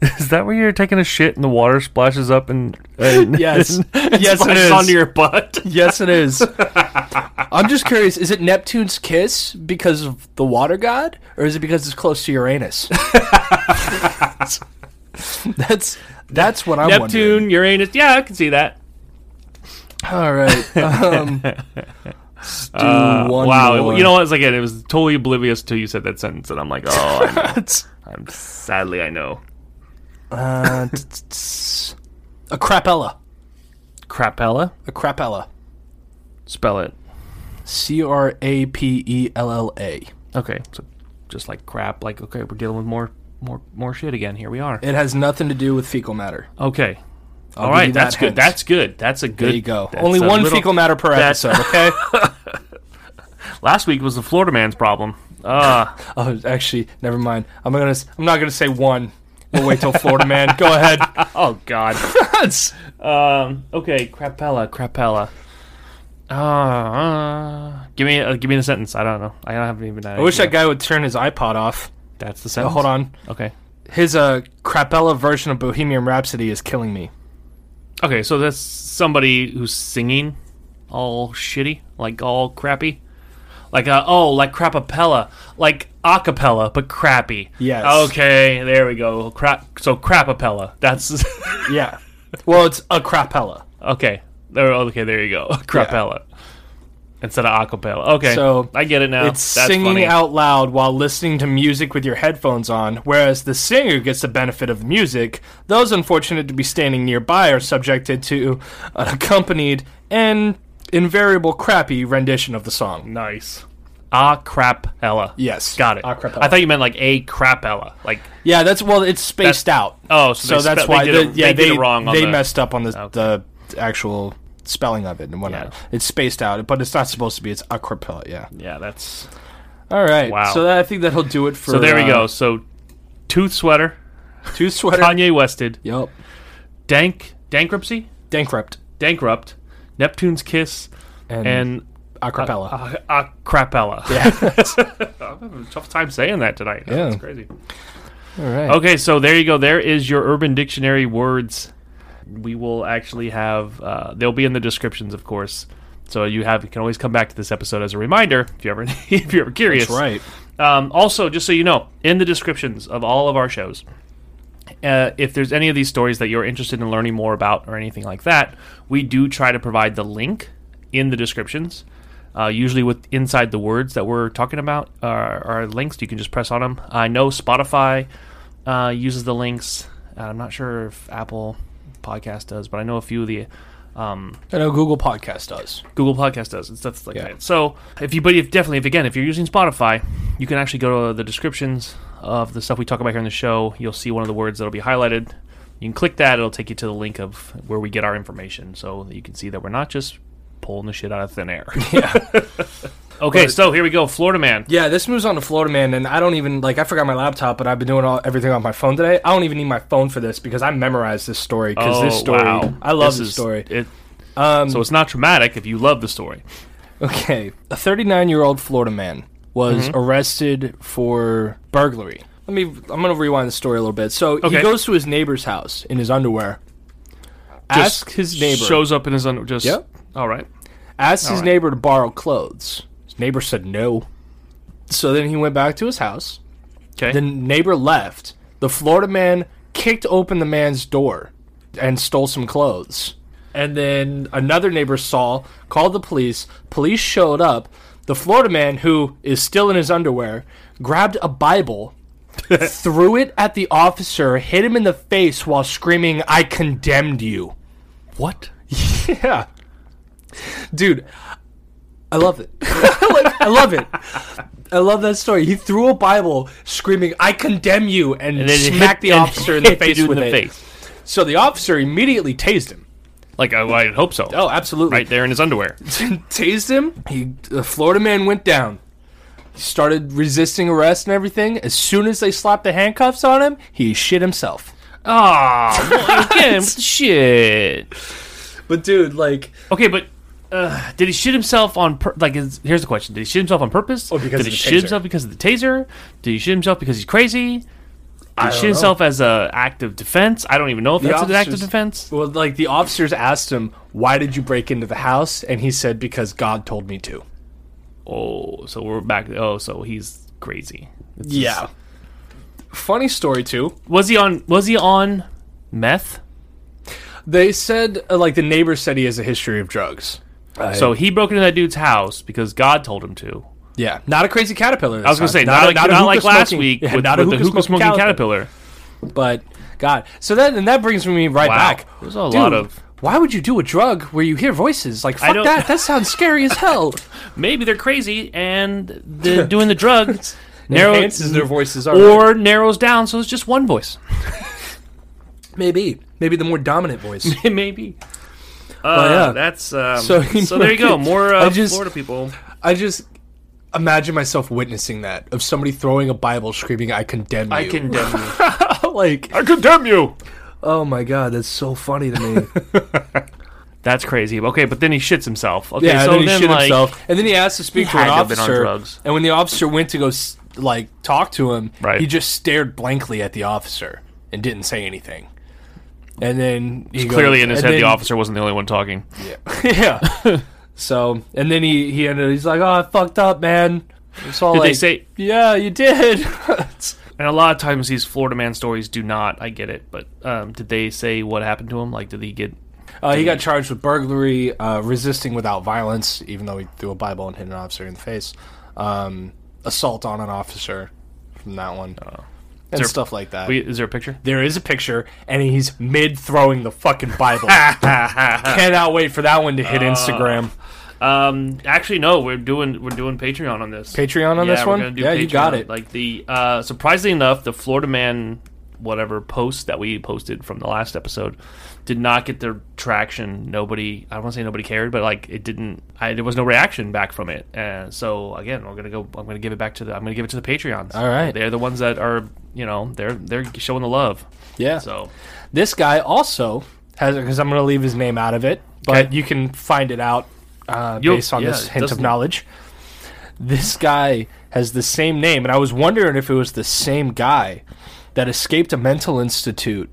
Is that where you're taking a shit and the water splashes up and, and Yes. yes, it and it's is. onto your butt. Yes, it is. I'm just curious. Is it Neptune's kiss because of the water god, or is it because it's close to Uranus? that's that's what I'm Neptune, Uranus. Yeah, I can see that. wondering. All right. Um, let's do Uh, one Uh, wow, more. you know what? It's like it was totally oblivious until you said that sentence, and I'm like, oh, I know. I'm sadly I know. Uh, t- t- t- a crapella. Crapella, A crapella. spell it. C R A P E L L A. Okay, so just like crap. Like okay, we're dealing with more, more, more shit again. Here we are. It has nothing to do with fecal matter. Okay, all I'll give you right, that that's hint. good. That's good. That's a good. there you go. that's Only a one little- fecal matter per that's- episode. Okay. Last week was the Florida man's problem. Ah, Oh, actually, never mind. I'm gonna. s- I'm not gonna say one. We'll wait till Florida man. Go ahead. Oh God. um. Okay, crapella, crapella. Uh, uh, give me, uh, give me the sentence. I don't know. I haven't even. I wish that guy would turn his iPod off. That's the Oh, sentence. hold on. Okay. His uh, crapella version of Bohemian Rhapsody is killing me. Okay, so that's somebody who's singing all shitty, like all crappy. Like uh, oh, like crapapella, like acapella, but crappy. Yes. Okay, there we go. Crap. So crapapella. That's Yeah. Well, it's a crapella. okay. There. Okay, there you go. Crapella instead of acapella. Okay, So, I get it now. it's That's singing funny. out loud while listening to music with your headphones on, whereas the singer gets the benefit of the music. Those unfortunate to be standing nearby are subjected to an accompanied and invariable crappy rendition of the song. Nice. Ah crapella. Yes. Got it. Acapella. I thought you meant like a crapella. Like Yeah, that's well, it's spaced out. oh, so so, they that's spe- why they did the- it, yeah, they, did it wrong. on they the- messed up on the the actual spelling of it and whatnot. Yeah. It's spaced out, but it's not supposed to be. It's acapella. Yeah. Yeah, that's All right. Wow. So that, I think that'll do it for. So there we uh, go. So, Tooth Sweater, Two sweater. Kanye Wested, yep. Dank, Bankruptcy, Dankrupt Dankrupt, Neptune's Kiss, and, and acapella. uh, uh, Crapella. yeah. I'm having a tough time saying that tonight. Yeah. That's crazy. All right. Okay, so there you go. There is your Urban Dictionary words. We will actually have, uh, they'll be in the descriptions, of course. So you have you can always come back to this episode as a reminder if you ever if you're ever curious. That's right. Um, also, just so you know, in the descriptions of all of our shows, uh, if there's any of these stories that you're interested in learning more about or anything like that, we do try to provide the link in the descriptions. Uh, usually, with inside the words that we're talking about are, are links. You can just press on them. I know Spotify uh, uses the links. Uh, I'm not sure if Apple Podcast does, but I know a few of the um, I know Google Podcast does. Google Podcast does and stuff like Yeah. that. So if you, but if definitely, if again, if you're using Spotify, you can actually go to the descriptions of the stuff we talk about here on the show. You'll see one of the words that'll be highlighted. You can click that; it'll take you to the link of where we get our information, so that you can see that we're not just pulling the shit out of thin air. Yeah. okay, so here we go, Florida man. Yeah, this moves on to Florida Man, and I don't even like. I forgot my laptop, but I've been doing all everything on my phone today. I don't even need my phone for this because I memorized this story. Because this Oh, story, wow. I love this, is- story. it- Um, so it's not traumatic if you love the story. Okay, a 39 year old Florida man was Mm-hmm. arrested for burglary. Let me. I'm gonna rewind the story a little bit. So he Okay. goes to his neighbor's house in his underwear. Just Ask his neighbor. shows up in his under. Just Yep. all right. asked his right. neighbor to borrow clothes. His neighbor said no. So then he went back to his house. Okay. The neighbor left. The Florida man kicked open the man's door and stole some clothes. And then another neighbor saw, called the police. Police showed up. The Florida man, who is still in his underwear, grabbed a Bible, threw it at the officer, hit him in the face while screaming, I condemned you. what? Yeah. Dude, I love it. Like, I love it. I love that story. He threw a Bible screaming, I condemn you, and, And then it smacked hit- the and officer in the hit face dude with in the it. face. So the officer immediately tased him. Like I, I hope so. Oh, absolutely. right there in his underwear. tased him. He, the Florida man went down. He started resisting arrest and everything. As soon as they slapped the handcuffs on him, he shit himself. Ah, well, again, what the shit. But dude, like, Okay, but uh, did he shit himself on? Pur- like, is, here's the question: Did he shit himself on purpose? Or Oh, because did of he the shit taser. himself because of the taser? Did he shit himself because he's crazy? Did she herself as a act of defense? I don't even know if The that's an act of officers- defense. Well, like the officers asked him, "Why did you break into the house?" And he said, "Because God told me to." Oh, so we're back. Oh, so he's crazy. It's Yeah. Funny story too. Was he on? Was he on meth? They said, uh, like the neighbor said, he has a history of drugs. So he broke into that dude's house because God told him to. Yeah, not a crazy caterpillar. This I was gonna time. say not, like, not, a hookah like last smoking- week yeah, with, not a with the hookah smoking caterpillar. But God, so then and that brings me right Wow. back. There's a lot of- Why would you do a drug where you hear voices? Like fuck don't- that. That sounds scary as hell. Maybe they're crazy and the, doing the drugs narrows Enhances their voices are or narrows down, so it's just one voice. maybe maybe the more dominant voice. Maybe. Uh, Well, yeah. That's um, So- so. there you go. More I uh, just- Florida people. I just imagine myself witnessing that of somebody throwing a Bible screaming, "I condemn you." I condemn you. like I condemn you. oh my god, that's so funny to me. That's crazy. Okay, but then he shits himself. Okay, Yeah, so and then he shit like, himself, and then he asked to speak He to an had to have been on officer. drugs. And when the officer went to go s- like talk to him, Right. he just stared blankly at the officer and didn't say anything. And then he goes- Clearly, in his and head, the then- officer wasn't the only one talking. Yeah. so and then he he ended. He's like, "Oh, I fucked up, man." It's all Did they like, say- "Yeah, you did." And a lot of times, these Florida man stories do not. I get it, but um, did they say what happened to him? Like, did he get? uh, he got charged with burglary, uh, resisting without violence, even though he threw a Bible and hit an officer in the face. Um, assault on an officer from that one. and there- stuff like that. Wait, is there a picture? There is a picture, and he's mid throwing the fucking Bible. Cannot wait for that one to hit Instagram. Um, actually, no. We're doing we're doing Patreon on this. Patreon on yeah, this we're one? gonna do yeah, you got Patreon. it. Like the uh, surprisingly enough, the Florida man whatever post that we posted from the last episode did not get the traction. Nobody, I don't want to say nobody cared, but like it didn't. I, there was no reaction back from it. Uh, so again, we're gonna go. I'm gonna give it back to the. I'm gonna give it to the Patreons. All right. they're the ones that are you know they're they're showing the love. yeah. So This guy also has because I'm going to leave his name out of it, but you can find it out uh, You'll- based on yeah, this it hint of doesn't- knowledge. This guy has the same name, and I was wondering if it was the same guy that escaped a mental institute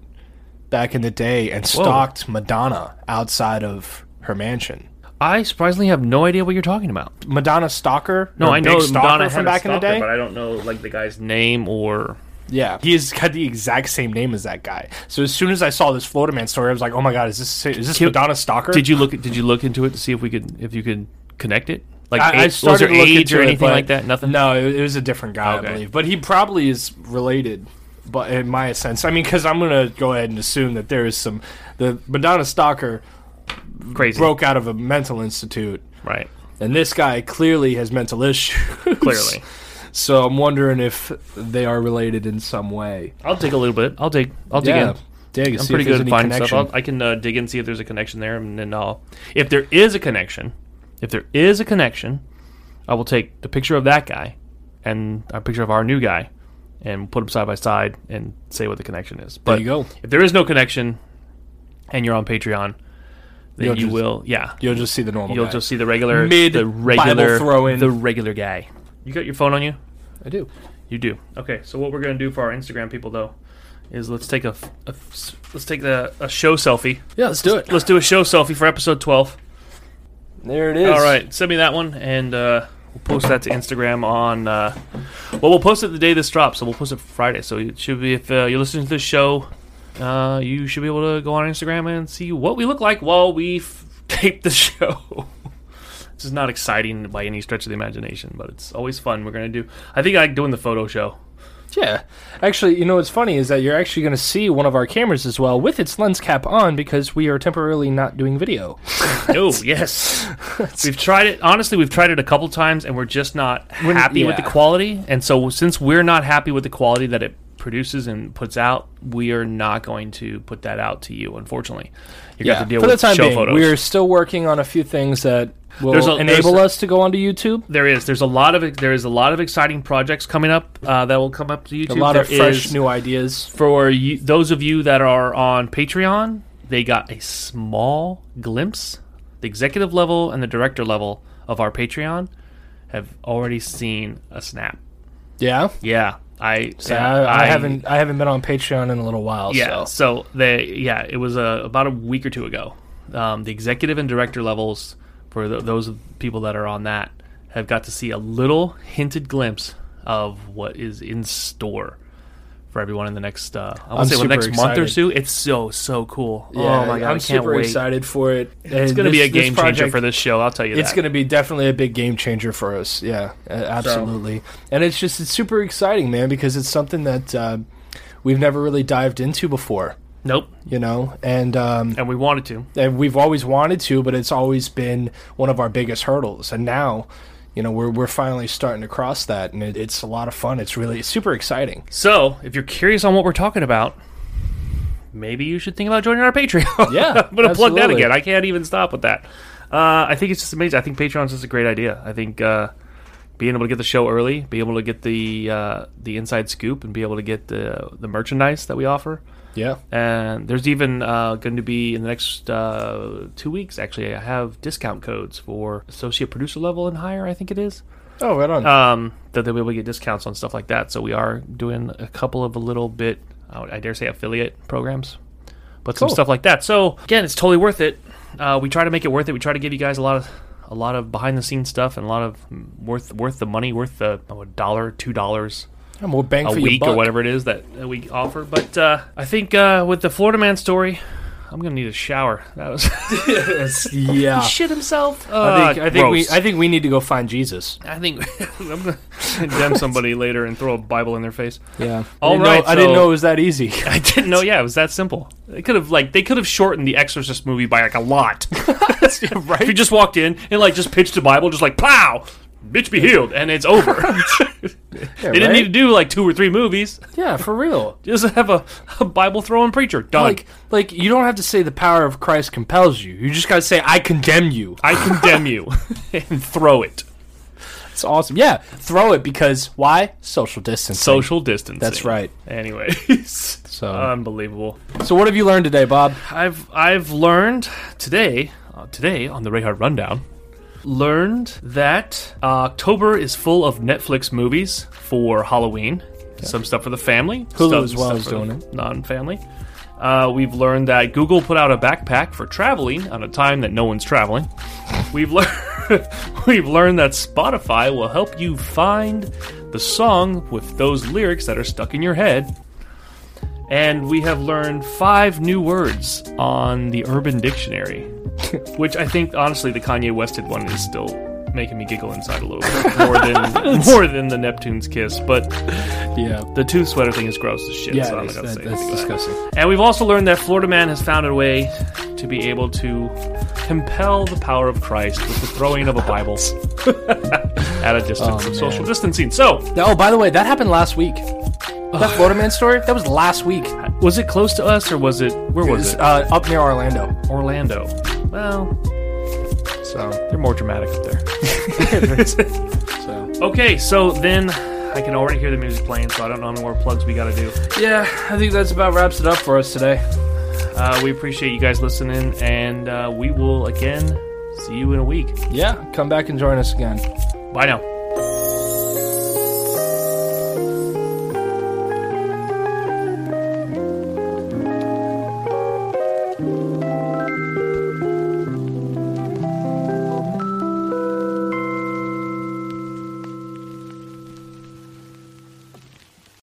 back in the day and stalked Madonna outside of her mansion. I surprisingly have no idea what you're talking about. Madonna stalker. No, or I Big know stalker Madonna from back in the day. but I don't know like the guy's name or Yeah, he's got the exact same name as that guy. So as soon as I saw this Florida man story, I was like, "Oh my god, is this is this Madonna stalker?" Did you look? Did you look into it to see if we could, if you could connect it? Like, I, I a- started was there looking age into or it, anything but- like that? Nothing. No, it, it was a different guy, Okay. I believe, but he probably is related. But in my sense, I mean, because I'm gonna go ahead and assume that there is some the Madonna stalker Crazy. broke out of a mental institute, Right. and this guy clearly has mental issues. Clearly. so I'm wondering if they are related in some way. I'll dig a little bit. I'll dig. I'll dig in. dig. I'm see pretty if there's good at any finding connection. stuff. I'll, I can uh, dig and see if there's a connection there, and then I'll. If there is a connection, if there is a connection, I will take the picture of that guy, and a picture of our new guy, and put them side by side and say what the connection is. But you go. If there is no connection, and you're on Patreon, then You'll you just- will. Yeah. You'll just see the normal. You'll guy. just see the regular Mid the Bible regular throw-in. the regular guy. You got your phone on you? I do. You do. Okay, so what we're gonna do for our Instagram people though is let's take a, f- a f- s- let's take the, a show selfie. Yeah, let's do it. Let's do a show selfie for episode twelve. There it is. All right, send me that one and uh, we'll post that to Instagram on. Uh, well, we'll post it the day this drops, so we'll post it Friday. So it should be if uh, you're listening to this show, uh, you should be able to go on Instagram and see what we look like while we f- tape the show. this is not exciting by any stretch of the imagination, but it's always fun. We're gonna do. I think I like doing the photo show. Yeah. Actually, you know what's funny is that you're actually going to see one of our cameras as well with its lens cap on because we are temporarily not doing video. Oh yes, we've tried it. Honestly, we've tried it a couple times, and we're just not happy with the yeah. quality. And so, since we're not happy with the quality that it produces and puts out, we are not going to put that out to you. Unfortunately, you're going to have to deal For the with time show being, photos. we are still working on a few things that will There's a- enable there's a- us to go onto YouTube. there is there's a lot of there is a lot of exciting projects coming up uh, that will come up to YouTube. A lot of There fresh is- new ideas. for you, those of you that are on Patreon, they got a small glimpse. The executive level and the director level of our Patreon have already seen a snap. Yeah. Yeah, I So I, I haven't I haven't been on Patreon in a little while. Yeah. so. So, they yeah, it was uh, about a week or two ago. Um, the executive and director levels for th- those people that are on that have got to see a little hinted glimpse of what is in store for everyone in the next uh, I I'm want to say the super next month or excited. two. It's so so cool. oh my god, I'm I can't super wait. excited for it. It's going to be a game changer for this show. I'll tell you It's that. going to be definitely a big game changer for us. Yeah, uh, absolutely. And it's just it's super exciting, man, because it's something that uh, we've never really dived into before. nope. You know, and um, And we wanted to. and we've always wanted to, but it's always been one of our biggest hurdles. And now, you know, we're we're finally starting to cross that, and it, it's a lot of fun. It's really it's super exciting. So, if you're curious on what we're talking about, maybe you should think about joining our Patreon. Yeah, I'm gonna plug that absolutely. again. I can't even stop with that. Uh, I think it's just amazing. I think Patreon's just a great idea. I think uh, being able to get the show early, be able to get the uh, the inside scoop, and be able to get the the merchandise that we offer. Yeah, And there's even uh, going to be in the next uh, two weeks. Actually, I have discount codes for associate producer level and higher. I think it is oh, right on. um, that they'll be able to get discounts on stuff like that. So we are doing a couple of a little bit, I would- I dare say, affiliate programs, but some Cool. stuff like that. So again, it's totally worth it. Uh, we try to make it worth it. We try to give you guys a lot of a lot of behind the scenes stuff and a lot of worth worth the money, worth the oh, a dollar, two dollars Yeah, more bang a for your week buck. or whatever it is that, that we offer. But uh, I think uh, with the Florida man story. I'm gonna need a shower. That was Yeah. shit himself. I think, Uh, I think we gross. I think we need to go find Jesus. I think I'm gonna condemn somebody later and throw a Bible in their face. Yeah. All All right. right, I didn't so- know it was that easy. I didn't know. Yeah, it was that simple. They could have like they could have shortened the Exorcist movie by like a lot. right? If you just walked in and like just pitched the Bible, just like plow, bitch be healed, and it's over. they didn't right? need to do like two or three movies. yeah, for real. Just have a, a Bible throwing preacher done. Like, like you don't have to say the power of Christ compels you. You just gotta say, "I condemn you." I condemn you and throw it. It's awesome. Yeah, throw it because why? Social distance. Social distancing. That's right. Anyways, So, unbelievable. so what have you learned today, Bob? I've I've learned today uh, today on the Rayhard Rundown learned that uh, October is full of Netflix movies for Halloween. Some stuff for the family. Hulu stuff- as well stuff is for the doing it. Non-family. Uh, we've learned that Google put out a backpack for traveling on a time that no one's traveling. We've learned we've learned that Spotify will help you find the song with those lyrics that are stuck in your head. And we have learned five new words on the Urban Dictionary, which I think honestly the Kanye Wested one is still making me giggle inside a little bit more than more than the Neptune's kiss, but Yeah. the tooth sweater thing is gross as shit. Yeah, so I'm that's, not gonna that, say that's anything about it. disgusting. And we've also learned that Florida Man has found a way to be able to compel the power of Christ with the throwing of a Bible at a distance Oh, of man. social distancing. So, Oh, by the way, that happened last week. That Florida man story? That was last week. was it close to us or was it where was Was, it? uh, up near Orlando. Orlando. Well, So, they're more dramatic up there. so Okay, so then I can already hear the music playing, so I don't know how many more plugs we got to do. yeah, I think that's about wraps it up for us today. Uh, we appreciate you guys listening, and uh, we will again see you in a week. Yeah, come back and join us again. Bye now.